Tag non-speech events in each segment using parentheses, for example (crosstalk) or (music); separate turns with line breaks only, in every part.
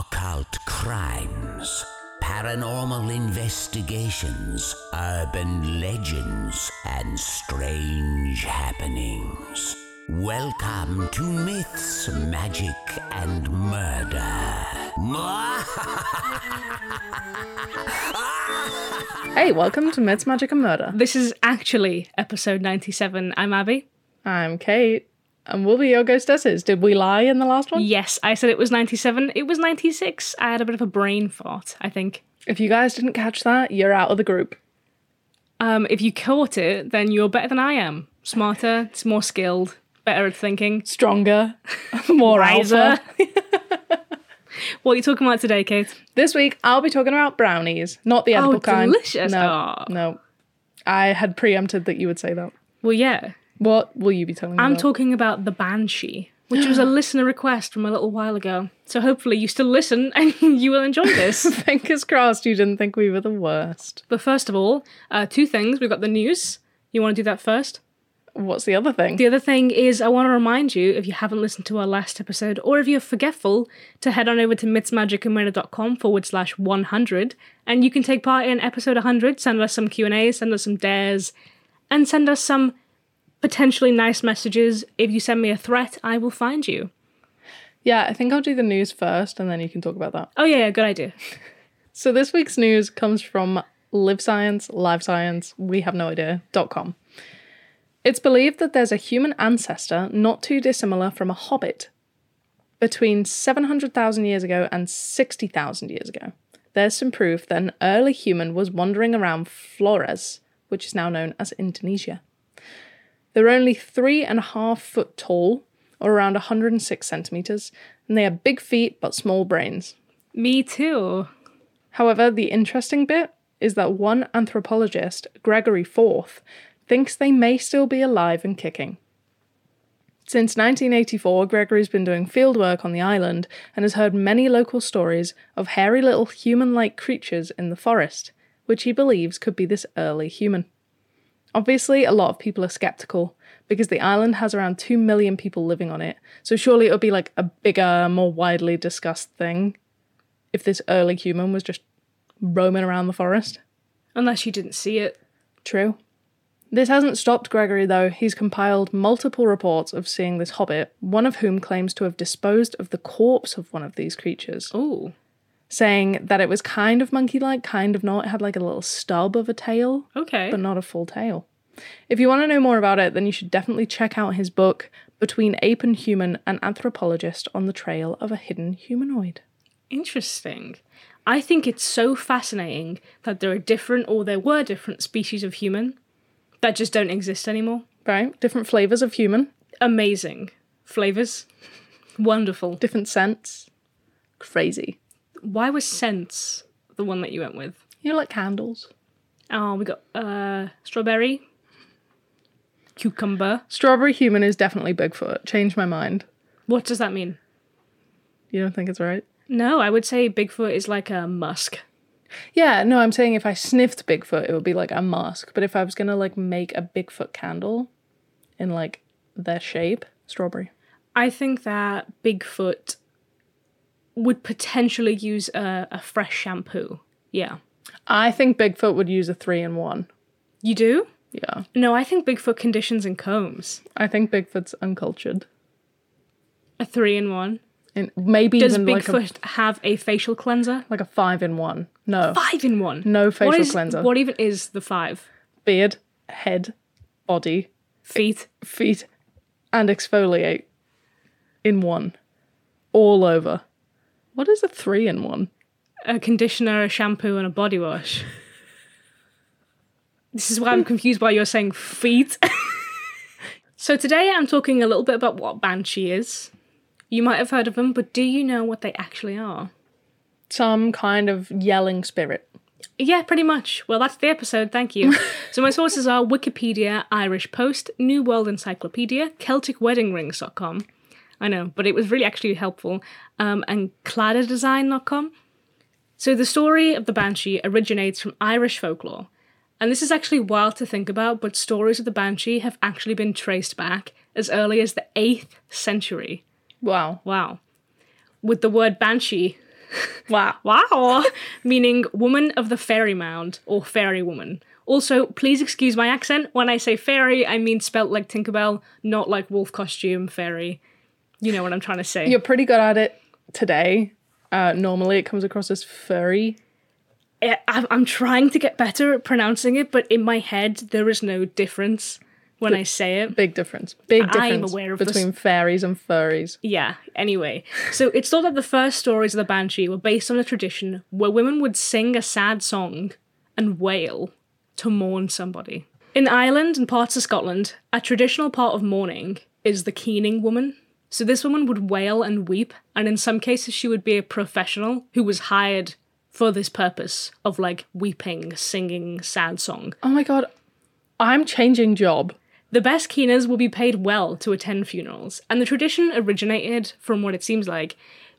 about crimes, paranormal investigations, urban legends, and strange happenings. Welcome to Myths, Magic, and (laughs) Murder.
Hey, welcome to Meds, Magic, and Murder.
This is actually episode 97. I'm Abby.
I'm Kate, and we'll be your ghostesses. Did we lie in the last one?
Yes, I said it was 97. It was 96. I had a bit of a brain fart, I think.
If you guys didn't catch that, you're out of the group.
Um, if you caught it, then you're better than I am. Smarter, it's more skilled, better at thinking. (laughs)
Stronger, (laughs) more
Wiser.
alpha.
(laughs) What are you talking about today, Kate?
This week, I'll be talking about brownies, not the edible kind.
Oh, delicious. Oh.
No,
Aw.
no. I had preempted that you would say that.
Well, yeah.
What will you be telling me?
I'm
about? (laughs)
talking about the Banshee, which (gasps) was a listener request from a little while ago. So hopefully you still listen (laughs) and you will enjoy this. (laughs)
Fingers crossed you didn't think we were the worst.
But first of all, uh, two things. We've got the news. You want to do that first?
What's the other thing?
The other thing is, I want to remind you if you haven't listened to our last episode, or if you're forgetful, to head on over to mitsmagicandmurder.com forward slash 100, and you can take part in episode 100. Send us some Q and A, send us some dares, and send us some potentially nice messages. If you send me a threat, I will find you.
yeah, I think I'll do the news first, and then you can talk about that.
Oh yeah, yeah good idea.
So this week's news comes from Live Science, Live Science, we have no idea, dot com. It's believed that there's a human ancestor not too dissimilar from a hobbit between 700,000 years ago and 60,000 years ago. There's some proof that an early human was wandering around Flores, which is now known as Indonesia. They're only three and a half foot tall, or around 106 centimeters, and they have big feet but small brains.
Me too.
However, the interesting bit is that one anthropologist, Gregory Forth, thinks they may still be alive and kicking. Since 1984, Gregory's been doing field work on the island and has heard many local stories of hairy little human like creatures in the forest, which he believes could be this early human. Obviously, a lot of people are skeptical because the island has around 2 million people living on it, so surely it would be like a bigger, more widely discussed thing if this early human was just roaming around the forest.
Unless you didn't see it.
True. This hasn't stopped Gregory, though. He's compiled multiple reports of seeing this hobbit, one of whom claims to have disposed of the corpse of one of these creatures,
Oh,
saying that it was kind of monkey like, kind of not. It had like a little stub of a tail,
okay.
but not a full tail. If you want to know more about it, then you should definitely check out his book, Between Ape and Human An Anthropologist on the Trail of a Hidden Humanoid.
Interesting. I think it's so fascinating that there are different, or there were different species of human that just don't exist anymore.
Right? Different flavours of human.
Amazing flavors. Wonderful.
different scents. Crazy.
Why was scents the one that you went with?
You know, like candles.
Oh, we got uh, strawberry, cucumber.
Strawberry human is definitely Bigfoot. Changed my mind.
What does that mean?
You don't think it's right?
No, I would say Bigfoot is like a musk.
Yeah, no, I'm saying if I sniffed Bigfoot, it would be like a mask. But if I was gonna like make a Bigfoot candle in like their shape, strawberry.
I think that Bigfoot would potentially use a, a fresh shampoo. Yeah.
I think Bigfoot would use a three in one.
You do?
Yeah.
No, I think Bigfoot conditions and combs.
I think Bigfoot's uncultured.
A three in one.
And maybe
Does
even
Bigfoot
like a
have a facial cleanser?
(laughs) like a five in one. No.
Five in one.
No
what
facial
is,
cleanser.
What even is the five?
Beard, head, body,
Feet.
feet and exfoliate in one all over what is a three in one
A conditioner, a shampoo, and a body wash. This is why I'm confused by you're saying feet. (laughs) so today I'm talking a little bit about what Banshee is. You might have heard of them, but do you know what they actually are?
some kind of yelling spirit
Yeah, pretty much. Well, that's the episode. Thank you. so my sources are Wikipedia, Irish Post, New World Encyclopedia, CelticWeddingRings.com. I know, but it was really actually helpful. Um, and CladderDesign.com. So the story of the banshee originates from Irish folklore, and this is actually wild to think about. But stories of the banshee have actually been traced back as early as the eighth century.
wow
Wow. With the word banshee
Wow.
(laughs) Wow. meaning woman of the fairy mound or fairy woman. Also, please excuse my accent. When I say fairy, I mean spelt like Tinkerbell, not like wolf costume fairy. You know what I'm trying to say.
You're pretty good at it today. Uh, normally, it comes across as furry.
I- Eh, I'm I'm trying to get better at pronouncing it, but in my head, there is no difference when I say it.
Big difference. Big
I am
difference
aware of this.
between fairies and furries.
Yeah, anyway. So it's thought that the first stories of the Banshee were based on a tradition where women would sing a sad song and wail to mourn somebody. In Ireland and parts of Scotland, a traditional part of mourning is the keening woman. So this woman would wail and weep, and in some cases, she would be a professional who was hired for this purpose of like weeping, singing sad song.
Oh my god, I'm changing job.
The best keeners will be paid well to attend funerals, and the tradition originated from what it seems like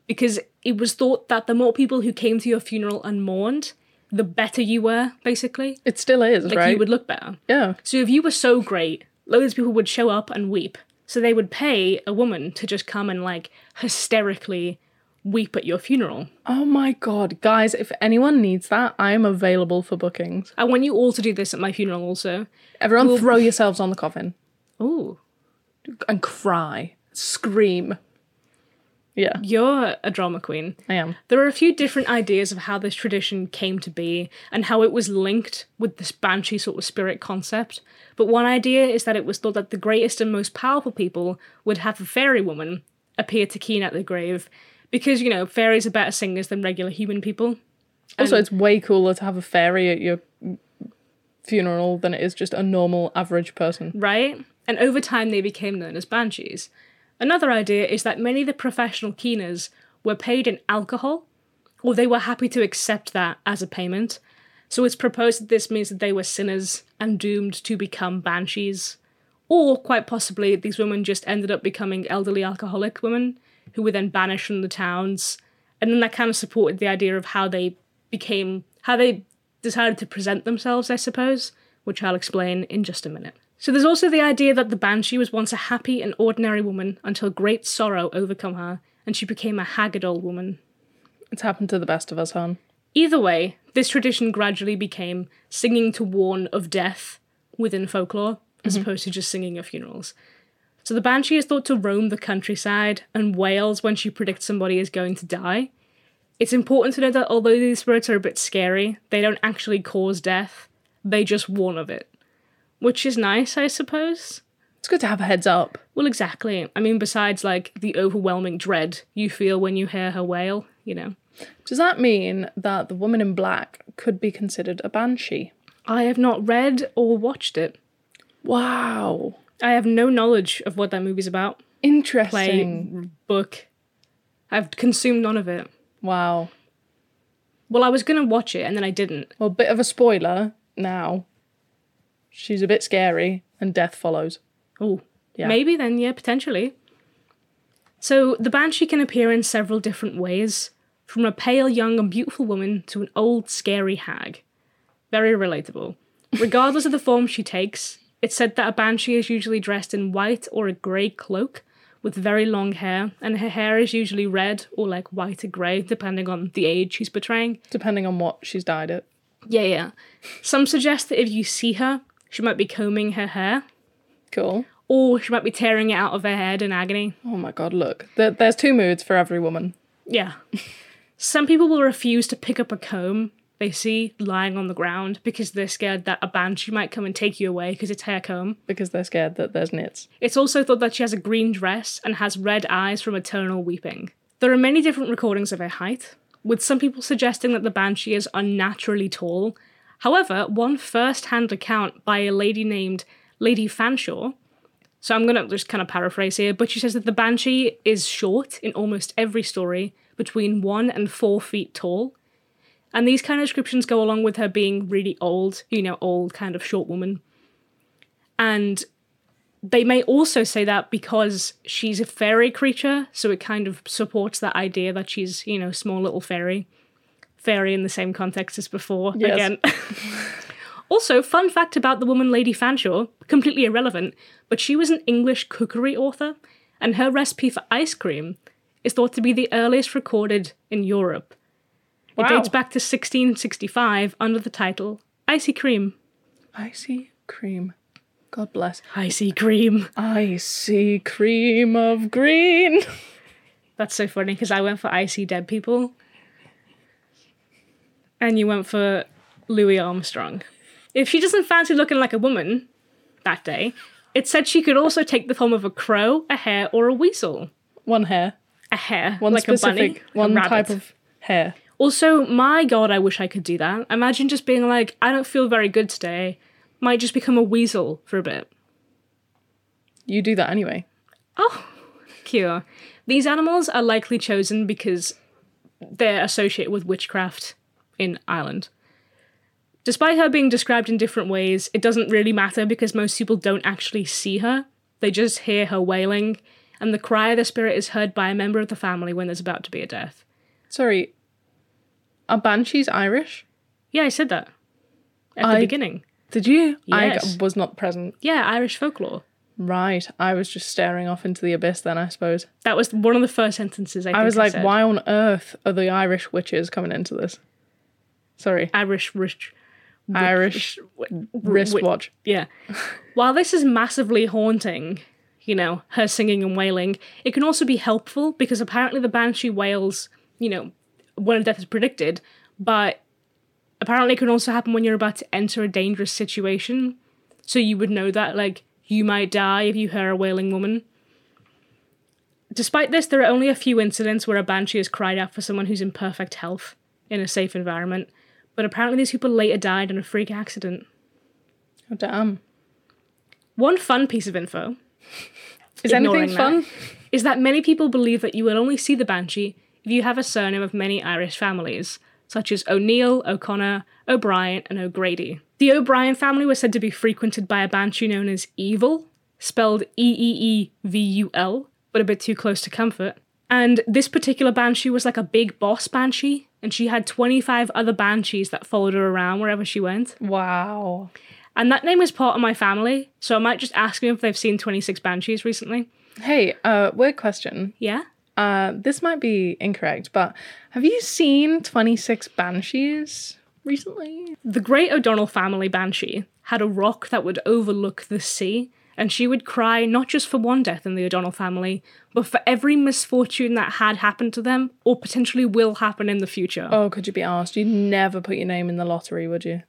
because it was thought that the more people who came to your funeral and mourned, the better you were, basically.
It still is,
Like
right?
you would look better.
yeah.
So if you were so great, loads of people would show up and weep. So they would pay a woman to just come and like hysterically weep at your funeral.
Oh my god, guys, if anyone needs that, I am available for bookings.
I want you all to do this at my funeral also.
Everyone throw yourselves on the coffin
Ooh,
and cry, scream. Yeah,
you're a drama queen.
I am.
There are a few different ideas of how this tradition came to be and how it was linked with this banshee sort of spirit concept. But one idea is that it was thought that the greatest and most powerful people would have a fairy woman appear to Keen at the grave because, you know, fairies are better singers than regular human people.
Also, it's way cooler to have a fairy at your funeral than it is just a normal average person.
right? And over time, they became known as banshees. Another idea is that many of the professional keeners were paid in alcohol, or they were happy to accept that as a payment. So it's proposed that this means that they were sinners and doomed to become banshees. Or, quite possibly, these women just ended up becoming elderly alcoholic women who were then banished from the towns. And then that kind of supported the idea of how they became, how they decided to present themselves, I suppose, which I'll explain in just a minute. So there's also the idea that the Banshee was once a happy and ordinary woman until great sorrow overcome her and she became a haggard old woman.
It's happened to the best of us, hon.
Either way, this tradition gradually became singing to warn of death within folklore, as opposed to just singing at funerals. So the banshee is thought to roam the countryside and wails when she predicts somebody is going to die. It's important to know that although these spirits are a bit scary, they don't actually cause death, they just warn of it. Which is nice, I suppose.
It's good to have a heads up.
Well, exactly. I mean, besides like the overwhelming dread you feel when you hear her wail, you know.
Does that mean that the woman in black could be considered a banshee?
I have not read or watched it.
Wow.
I have no knowledge of what that movie's about. Play,
Interesting.
r- book. I've consumed none of it.
Wow.
Well, I was going to watch it and then I didn't.
Well, bit of a spoiler now. She's a bit scary and death follows.
Oh,
Yeah.
maybe then, yeah, potentially. So the banshee can appear in several different ways, from a pale, young, and beautiful woman to an old, scary hag. Very relatable. Regardless of the form she takes, it's said that a banshee is usually dressed in white or a grey cloak with very long hair, and her hair is usually red or like white or grey, depending on the age she's portraying.
Depending on what she's died at.
Yeah, yeah. Some suggest that if you see her, she might be combing her hair,
Cool.
or she might be tearing it out of her head in agony.
Oh my god, look. There, there's two moods for every woman.
Yeah. Some people will refuse to pick up a comb they see lying on the ground because they're scared that a banshee might come and take you away because it's hair comb.
Because they're scared that there's nits.
It's also thought that she has a green dress and has red eyes from eternal weeping. There are many different recordings of her height, with some people suggesting that the banshee is unnaturally tall. However, one first hand account by a lady named Lady Fanshawe. So I'm going to just kind of paraphrase here, but she says that the banshee is short in almost every story, between one and four feet tall. And these kind of descriptions go along with her being really old, you know, old kind of short woman. And they may also say that because she's a fairy creature, so it kind of supports that idea that she's, you know, small little fairy. Fairy in the same context as before.
Yes.
Again. (laughs) also, fun fact about the woman Lady Fanshawe, completely irrelevant, but she was an English cookery author, and her recipe for ice cream is thought to be the earliest recorded in Europe.
Wow.
It dates back to 1665 under the title Icy Cream.
Icy cream. God bless.
Icy Cream.
Icy cream of green.
That's so funny because I went for Icy Dead People. And you went for Louis Armstrong. If she doesn't fancy looking like a woman that day, it said she could also take the form of a crow, a hare, or a weasel.
One hair.
A hare,
One
like
specific.
a bunny, like a
one
rabbit.
type of hair.
Also, my god, I wish I could do that. Imagine just being like, I don't feel very good today. Might just become a weasel for a bit.
You do that anyway.
Oh, cute. These animals are likely chosen because they're associated with witchcraft in Ireland. Despite her being described in different ways, it doesn't really matter because most people don't actually see her. They just hear her wailing, and the cry of the spirit is heard by a member of the family when there's about to be a death.
Sorry. Are banshees Irish?
Yeah, I said that at
I-
the beginning.
Did you? I
Yes.
g- was not present.
Yeah, Irish folklore.
Right. I was just staring off into the abyss then, I suppose.
That was one of the first sentences I,
I
think
was like,
said.
why on earth are the Irish witches coming into this? Sorry.
Irish rich.
Irish
w-
wristwatch.
Yeah. While this is massively haunting, you know, her singing and wailing, it can also be helpful because apparently the banshee wails, you know, when death is predicted, but apparently it can also happen when you're about to enter a dangerous situation. So you would know that, like, you might die if you hear a wailing woman. Despite this, there are only a few incidents where a banshee has cried out for someone who's in perfect health in a safe environment, but apparently these people later died in a freak accident.
Oh, damn.
One fun piece of info
Is
Ignoring
anything
that.
fun?
is that many people believe that you will only see the banshee if you have a surname of many Irish families, such as O'Neill, O'Connor, O'Brien, and O'Grady. The O'Brien family was said to be frequented by a banshee known as Evil, spelled E E E V U L, but a bit too close to comfort. And this particular banshee was like a big boss banshee, and she had 25 other banshees that followed her around wherever she went.
Wow.
And that name is part of my family, so I might just ask them if they've seen 26 Banshees recently.
Hey, uh, weird question.
Yeah?
Uh, this might be incorrect, but have you seen 26 Banshees recently?
The great O'Donnell family Banshee had a rock that would overlook the sea, and she would cry not just for one death in the O'Donnell family, but for every misfortune that had happened to them or potentially will happen in the future.
Oh, could you be asked? You'd never put your name in the lottery, would you?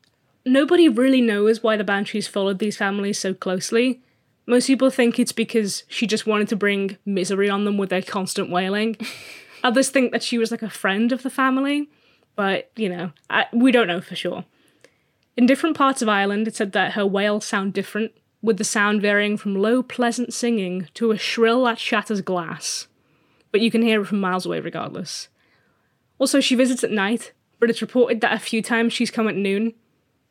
Nobody really knows why the Banshees followed these families so closely. Most people think it's because she just wanted to bring misery on them with their constant wailing. Others think that she was like a friend of the family, but you know, I, we don't know for sure. In different parts of Ireland, it said that her wails sound different, with the sound varying from low, pleasant singing to a shrill that shatters glass. But you can hear it from miles away regardless. Also, she visits at night, but it's reported that a few times she's come at noon,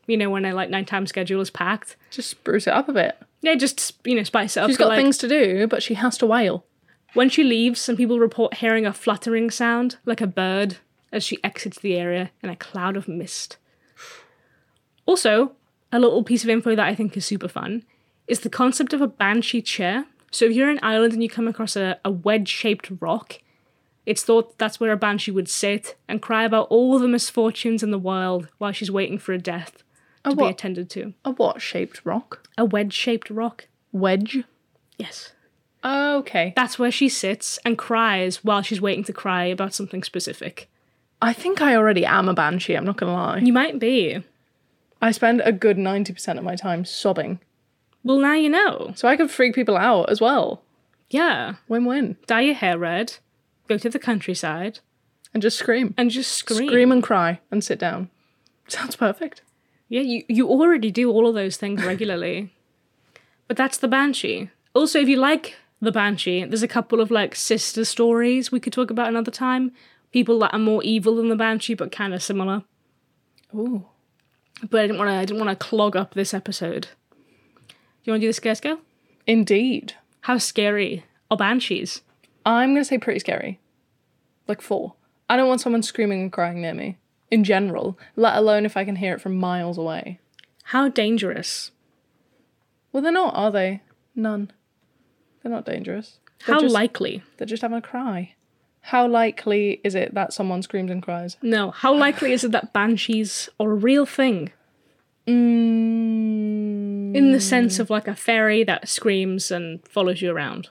you know, when her like nighttime schedule is packed.
Just spruce it up a bit.
Yeah, just you know, spice it up.
She's
but,
got
like,
things to do, but she has to wail.
When she leaves, some people report hearing a fluttering sound, like a bird, as she exits the area in a cloud of mist. Also, a little piece of info that I think is super fun is the concept of a banshee chair. So if you're in Ireland and you come across a, a wedge-shaped rock, it's thought that's where a banshee would sit and cry about all the misfortunes in the world while she's waiting for a death
A
to be
what?
attended to.
A what shaped rock?
A wedge-shaped rock.
Wedge.
Yes.
Okay.
That's where she sits and cries while she's waiting to cry about something specific.
I think I already am a banshee, I'm not gonna lie.
You might be.
I spend a good 90% of my time sobbing.
Well, now you know.
So I could freak people out as well.
Yeah.
Win win.
Dye your hair red, go to the countryside,
And just scream.
and just scream.
Scream and cry and sit down. Sounds perfect.
Yeah, you, you already do all of those things regularly. (laughs) but that's the Banshee. Also, if you like the Banshee, there's a couple of like sister stories we could talk about another time. People that are more evil than the Banshee, but kind of similar.
Ooh.
But I didn't want to. I didn't want to clog up this episode. You want to do the scare scale?
Indeed.
How scary are banshees?
I'm gonna say pretty scary. Like four. I don't want someone screaming and crying near me. In general, let alone if I can hear it from miles away.
How dangerous?
Well, they're not, are they? None. They're not dangerous. They're
How
just,
likely?
They're just having a cry. How likely is it that someone screams and cries?
No. How likely is it that banshees are a real thing?
Mm,
In the sense of like a fairy that screams and follows you around.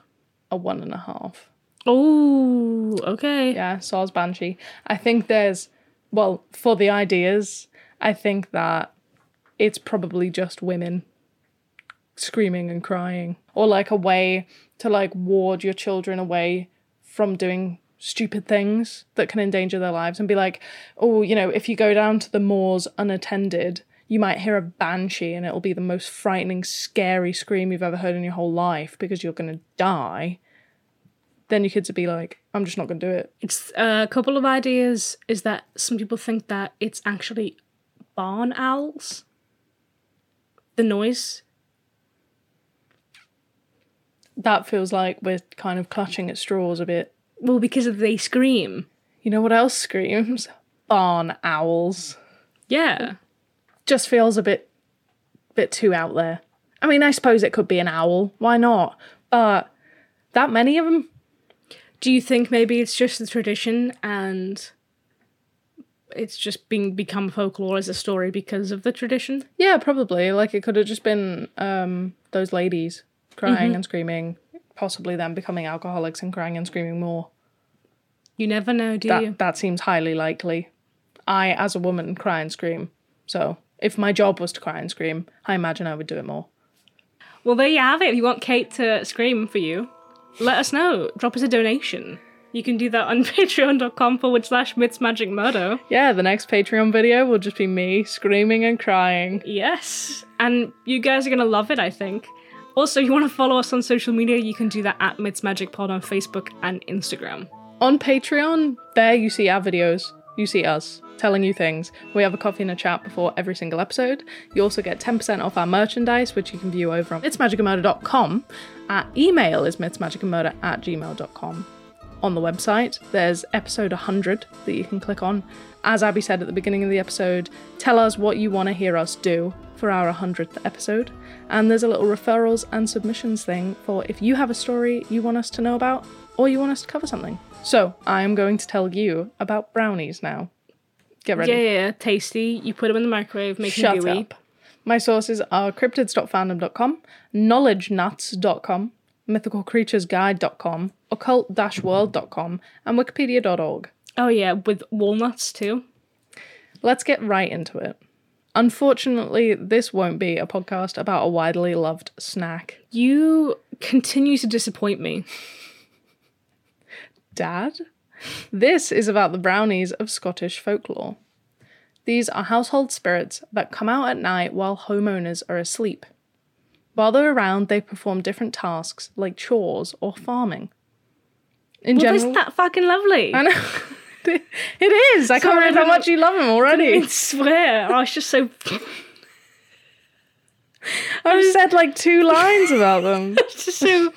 a one and a half.
Oh, okay.
Yeah, Saw's Banshee. I think there's, well, for the ideas, I think that it's probably just women screaming and crying, or like a way to like ward your children away from doing stupid things that can endanger their lives and be like, oh, you know, if you go down to the moors unattended, you might hear a banshee and it'll be the most frightening, scary scream you've ever heard in your whole life because you're going to die. Then your kids would be like, I'm just not going to do it.
It's uh, a couple of ideas is that some people think that it's actually barn owls. The noise.
that feels like we're kind of clutching at straws a bit.
Well, because of they scream.
You know what else screams? Barn owls.
Yeah.
Just feels a bit bit too out there. I mean, I suppose it could be an owl. Why not? But that many of them?
Do you think maybe it's just the tradition and it's just being become folklore as a story because of the tradition?
Yeah, probably. Like it could have just been um those ladies crying and screaming, possibly them becoming alcoholics and crying and screaming more.
You never know, do
That
you?
that seems highly likely. I as a woman cry and scream. So, if my job was to cry and scream, I imagine I would do it more.
Well, there you have it. If you want Kate to scream for you, let us know. Drop us a donation. You can do that on (laughs) patreon.com forward slash Myths Magic Murder.
Yeah, the next Patreon video will just be me screaming and crying.
Yes. And you guys are going to love it, I think. Also, if you want to follow us on social media, you can do that at Myths Magic Pod on Facebook and Instagram.
On Patreon, there you see our videos. You see us telling you things. We have a coffee and a chat before every single episode. You also get 10% off our merchandise, which you can view over on mythsmagicandmurder.com. Our email is mythsmagicandmurder at gmail.com. On the website, there's episode 100 that you can click on. As Abby said at the beginning of the episode, tell us what you want to hear us do for our 100th episode. And there's a little referrals and submissions thing for if you have a story you want us to know about or you want us to cover something. So I am going to tell you about brownies now. Get ready.
Yeah, yeah, tasty. You put them in the microwave, make them
Shut
gooey.
up. My sources are cryptids.fandom.com, knowledgenuts.com, mythicalcreaturesguide.com, occult-world.com, and wikipedia.org.
Oh, yeah, with walnuts too.
Let's get right into it. Unfortunately, this won't be a podcast about a widely loved snack.
You continue to disappoint me.
Dad? This is about the brownies of Scottish folklore. These are household spirits that come out at night while homeowners are asleep. While they're around, they perform different tasks like chores or farming. In
Well,
general,
isn't that fucking lovely?
I know. (laughs) it is. I can't
Sorry,
believe how
everyone-
much you love him
I
already.
swear, I was just so (laughs)
I've said like two lines about them.
just so.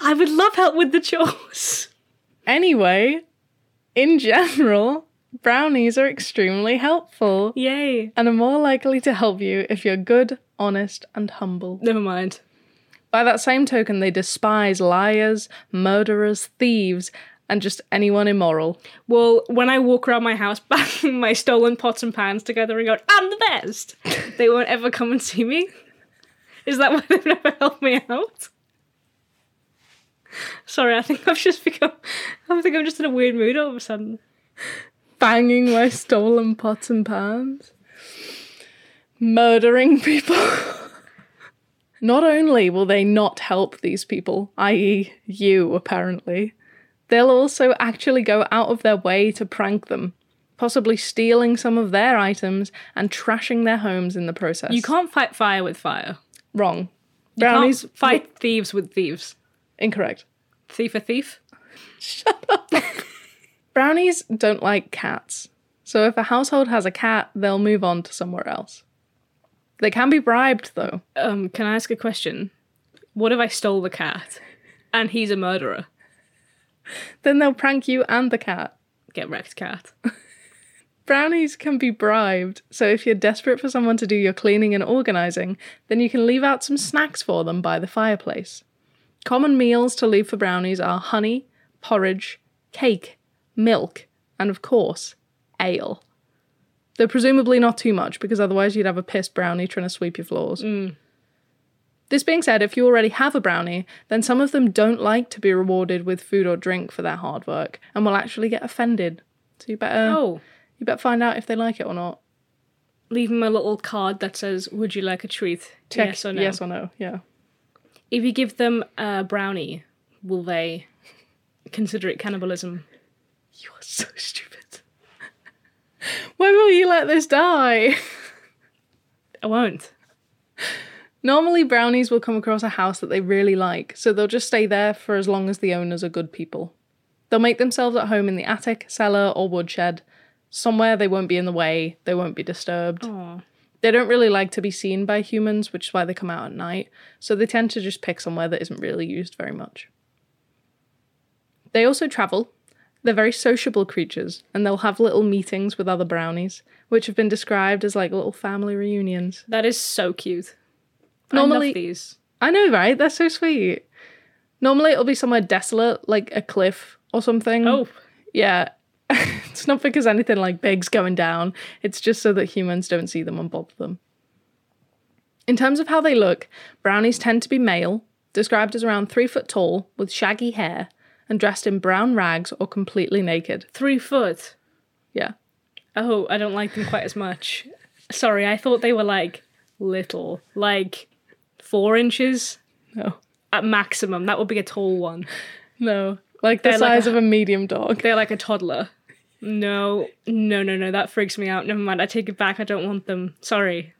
I would love help with the chores.
Anyway, in general, brownies are extremely helpful
Yay!
and are more likely to help you if you're good, honest, and humble.
Never mind.
By that same token, they despise liars, murderers, thieves, and just anyone immoral.
Well, when I walk around my house (laughs) banging my stolen pots and pans together and going, "I'm the (laughs) best," they won't ever come and see me. Is that why they've never helped me out? Sorry, I think I've just become. I think I'm just in a weird mood all of a sudden.
Banging my stolen pots and pans. Murdering people. (laughs) not only will they not help these people, i.e., you apparently, they'll also actually go out of their way to prank them, possibly stealing some of their items and trashing their homes in the process.
You can't fight fire with fire.
Wrong.
You
Brownies.
can't fight thieves with thieves.
Incorrect.
Thief a thief.
Brownies don't like cats. So if a household has a cat, they'll move on to somewhere else. They can be bribed though.
um, can I ask a question? What if I stole the cat and he's a murderer?
Then they'll prank you and the cat.
Get wrecked, cat.
Brownies can be bribed, so if you're desperate for someone to do your cleaning and organising, then you can leave out some snacks for them by the fireplace. Common meals to leave for brownies are honey, porridge, cake, milk, and of course, ale. Though presumably not too much, because otherwise you'd have a pissed brownie trying to sweep your floors.
Mm.
This being said, if you already have a brownie, then some of them don't like to be rewarded with food or drink for their hard work and will actually get offended. So you better
Oh,
you better find out if they like it or not.
leave him a little card that says, "Would you like a treat?"
Check
yes or no.
Yes or no. Yeah.
If you give them a brownie, will they consider it cannibalism?
You are so stupid. When will you let this die?
I won't.
Normally, brownies will come across a house that they really like, so they'll just stay there for as long as the owners are good people. They'll make themselves at home in the attic, cellar, or woodshed. Somewhere they won't be in the way, they won't be disturbed.
Aw.
They don't really like to be seen by humans, which is why they come out at night, so they tend to just pick somewhere that isn't really used very much. They also travel. They're very sociable creatures, and they'll have little meetings with other brownies, which have been described as like little family reunions.
That is so cute. I
Normally-
love these.
I know, right? That's so sweet. Normally it'll be somewhere desolate, like a cliff or something.
Oh,
Yeah. (laughs) it's not because anything like big's going down, it's just so that humans don't see them and bother them. In terms of how they look, brownies tend to be male, described as around three foot tall, with shaggy hair, and dressed in brown rags or completely naked.
three foot.
Yeah.
Oh, I don't like them quite as much. Sorry, I thought they were like little, like four inches
No.
at maximum. That would be a tall one.
No. Like the
They're like
size
a-
of a medium dog.
They're like a toddler. No, no, no, no. That freaks me out. Never mind. I take it back. I don't want them. Sorry.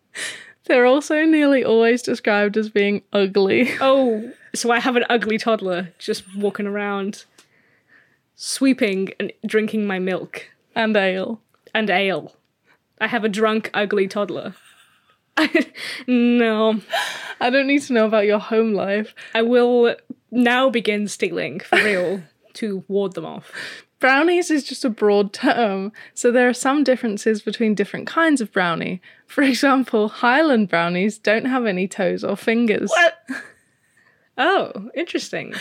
They're also nearly always described as being ugly.
Oh, so I have an ugly toddler just walking around, sweeping and drinking my milk
and ale.
and ale. I have a drunk, ugly toddler. (laughs) no,
(laughs) I don't need to know about your home life.
I will now begin stealing for
(laughs)
real to ward them off.
Brownies is just a broad term, so there are some differences between different kinds of brownie. For example, Highland brownies don't have any toes or fingers,
Oh, interesting.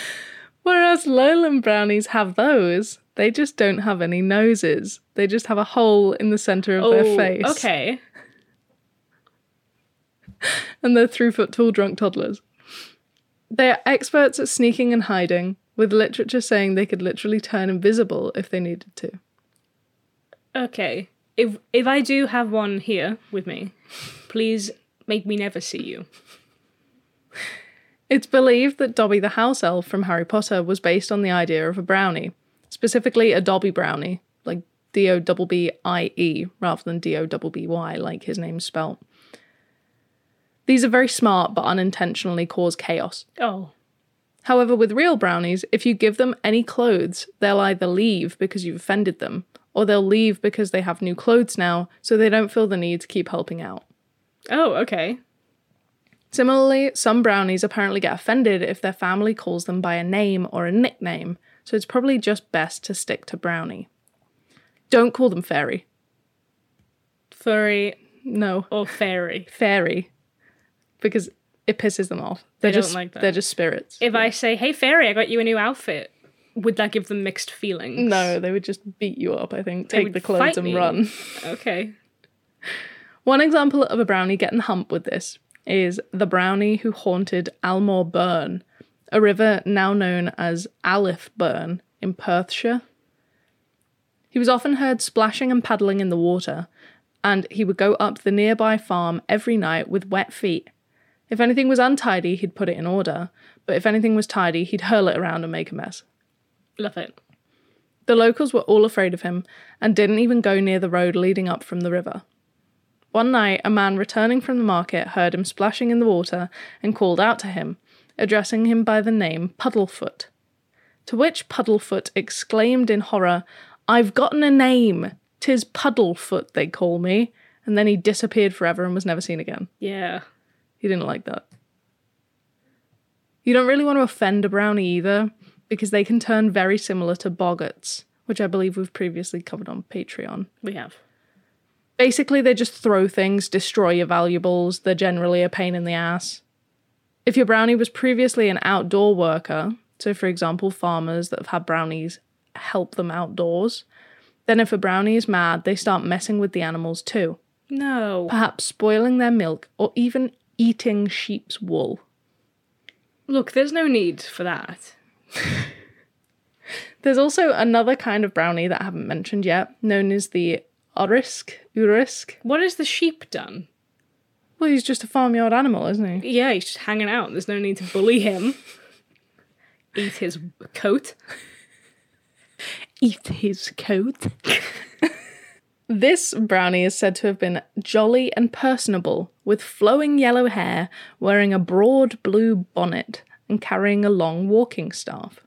whereas Lowland brownies have those. They just don't have any noses. They just have a hole in the center of their
Oh,
face.
okay.
and they're three foot tall drunk toddlers. They are experts at sneaking and hiding, with literature saying they could literally turn invisible if they needed to.
Okay. If if I do have one here with me, please make me never see you.
It's believed that Dobby the house elf from Harry Potter was based on the idea of a brownie, specifically a Dobby brownie, like D O B B I E rather than D O B B Y, like his name's spelt. These are very smart but unintentionally cause chaos.
Oh.
However, with real brownies, if you give them any clothes, they'll either leave because you've offended them, or they'll leave because they have new clothes now, so they don't feel the need to keep helping out.
Oh, okay.
Similarly, some brownies apparently get offended if their family calls them by a name or a nickname, so it's probably just best to stick to brownie. Don't call them fairy.
Furry
No,
or fairy.
fairy, because it pisses them off. They're
don't
just
like that.
they're just spirits.
If I say, "Hey fairy, I got you a new outfit," would that give them mixed feelings?
no, they would just beat you up. I think take
would
the
fight
clothes and
me.
run.
Okay.
One example of a brownie getting humped with this is the brownie who haunted Almore Burn, a river now known as Alif Burn in Perthshire. He was often heard splashing and paddling in the water, and he would go up the nearby farm every night with wet feet. If anything was untidy, he'd put it in order, but if anything was tidy, he'd hurl it around and make a mess.
Love it.
The locals were all afraid of him and didn't even go near the road leading up from the river. One night, a man returning from the market heard him splashing in the water and called out to him, addressing him by the name Puddlefoot. To which Puddlefoot exclaimed in horror, I've gotten a name! Tis Puddlefoot, they call me. And then he disappeared forever and was never seen again.
Yeah.
He didn't like that. You don't really want to offend a brownie either, because they can turn very similar to boggarts, which I believe we've previously covered on Patreon.
We have.
Basically, they just throw things, destroy your valuables, they're generally a pain in the ass. If your brownie was previously an outdoor worker, so for example, farmers that have had brownies help them outdoors. Then, if a brownie is mad, they start messing with the animals too,
No.
perhaps spoiling their milk or even eating sheep's wool.
Look, there's no need for that.
There's also another kind of brownie that I haven't mentioned yet, known as the Orisk. Urisk.
What has the sheep done?
Well, he's just a farmyard animal, isn't he?
Yeah, he's just hanging out. There's no need to bully him. Eat his coat.
Eat his coat. this brownie is said to have been jolly and personable, with flowing yellow hair, wearing a broad blue bonnet, and carrying a long walking staff.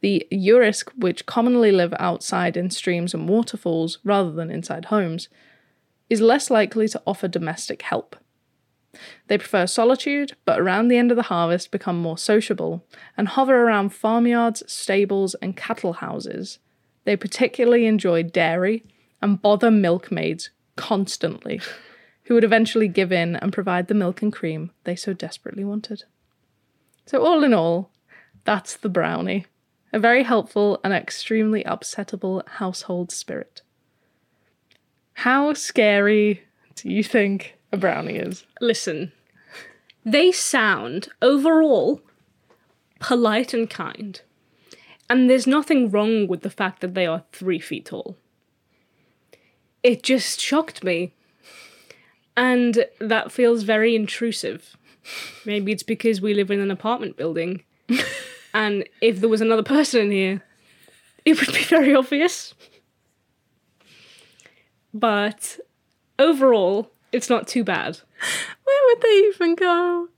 The Urisk, which commonly live outside in streams and waterfalls rather than inside homes, is less likely to offer domestic help. They prefer solitude, but around the end of the harvest become more sociable and hover around farmyards, stables, and cattle houses. They particularly enjoy dairy and bother milkmaids constantly, who would eventually give in and provide the milk and cream they so desperately wanted. So, all in all, that's the brownie. A very helpful and extremely upsettable household spirit. How scary do you think a brownie is?
Listen, they sound overall polite and kind. And there's nothing wrong with the fact that they are three feet tall. It just shocked me. And that feels very intrusive. Maybe it's because we live in an apartment building. and if there was another person in here, it would be very obvious. But overall, it's not too bad.
Where would they even go?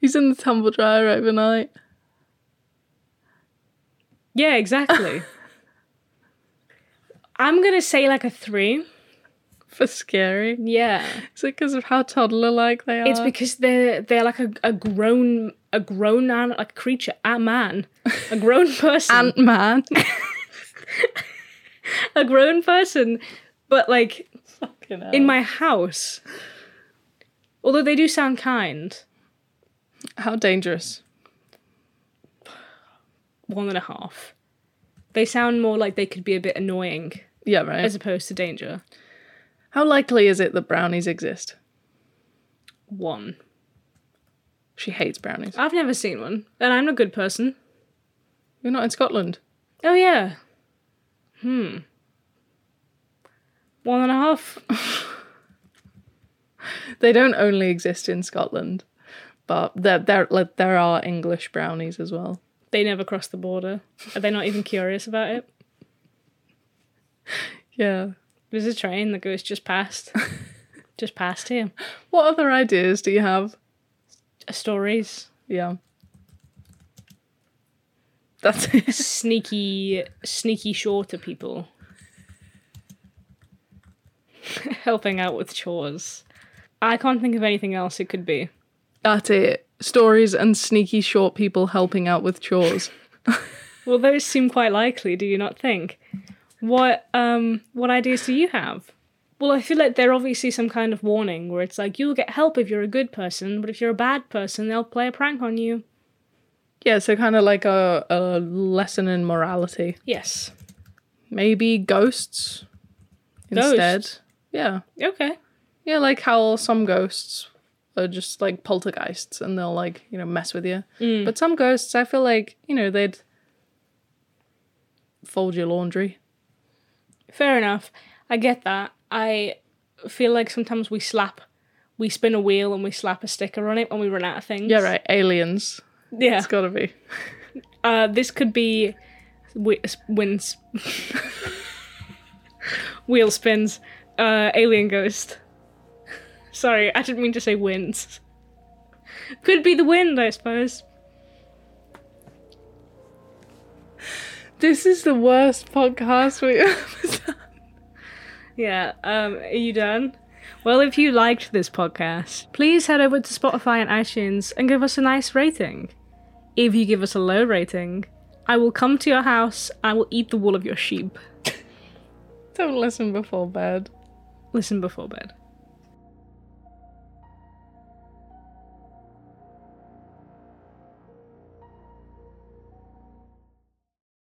He's in the tumble dryer overnight.
Yeah, exactly. I'm gonna say like a three.
For scary.
Yeah,
Is it because of how toddler like they are?
it's because they're they're like a, a grown a grown man like a creature a man a grown person
Ant Man.
a grown person, but like in
in my
my house. Although they do sound kind,
how dangerous.
one and a half. They sound more like they could be a bit annoying
Yeah, right.
as opposed to danger.
how likely is it that brownies exist?
One.
She hates brownies.
I've never seen one, and I'm a good person.
You're not in Scotland.
Oh yeah. Hmm. One and a half. (laughs)
They don't only exist in Scotland, but there there like, there are English brownies as well.
They never cross the border. Are they not even curious about it?
Yeah.
There's a train that goes just past, just past here.
What other ideas do you have?
Stories,
Yeah. That's it. (laughs)
sneaky, sneaky shorter people, (laughs) helping out with chores. I can't think of anything else it could be.
That's it. Stories and sneaky short people helping out with chores.
Well, those seem quite likely, do you not think? What um what ideas do you have? Well, I feel like they're obviously some kind of warning where it's like you'll get help if you're a good person, but if you're a bad person, they'll play a prank on you.
yeah, so kind of like a, a lesson in morality.
Yes.
Maybe ghosts instead.
Ghosts?
Yeah.
Okay.
Yeah, like how some ghosts are just like poltergeists and they'll like, you know, mess with you. But some ghosts, I feel like, you know, they'd fold your laundry.
Fair enough. I get that. I feel like sometimes we slap we spin a wheel and we slap a sticker on it when we run out of things.
Yeah, right. Aliens.
Yeah.
It's gotta be.
Uh, this could be wi- s- wins. (laughs) Wheel spins. Uh, alien ghost. (laughs) Sorry, I didn't mean to say winds. Could be the wind, I suppose.
This is the worst podcast we (laughs) ever done.
Yeah, um, are you done? Well, if you liked this podcast, please head over to Spotify and iTunes and give us a nice rating. If you give us a low rating, I will come to your house, I will eat the wool of your sheep.
Don't listen before bed.
Listen before bed.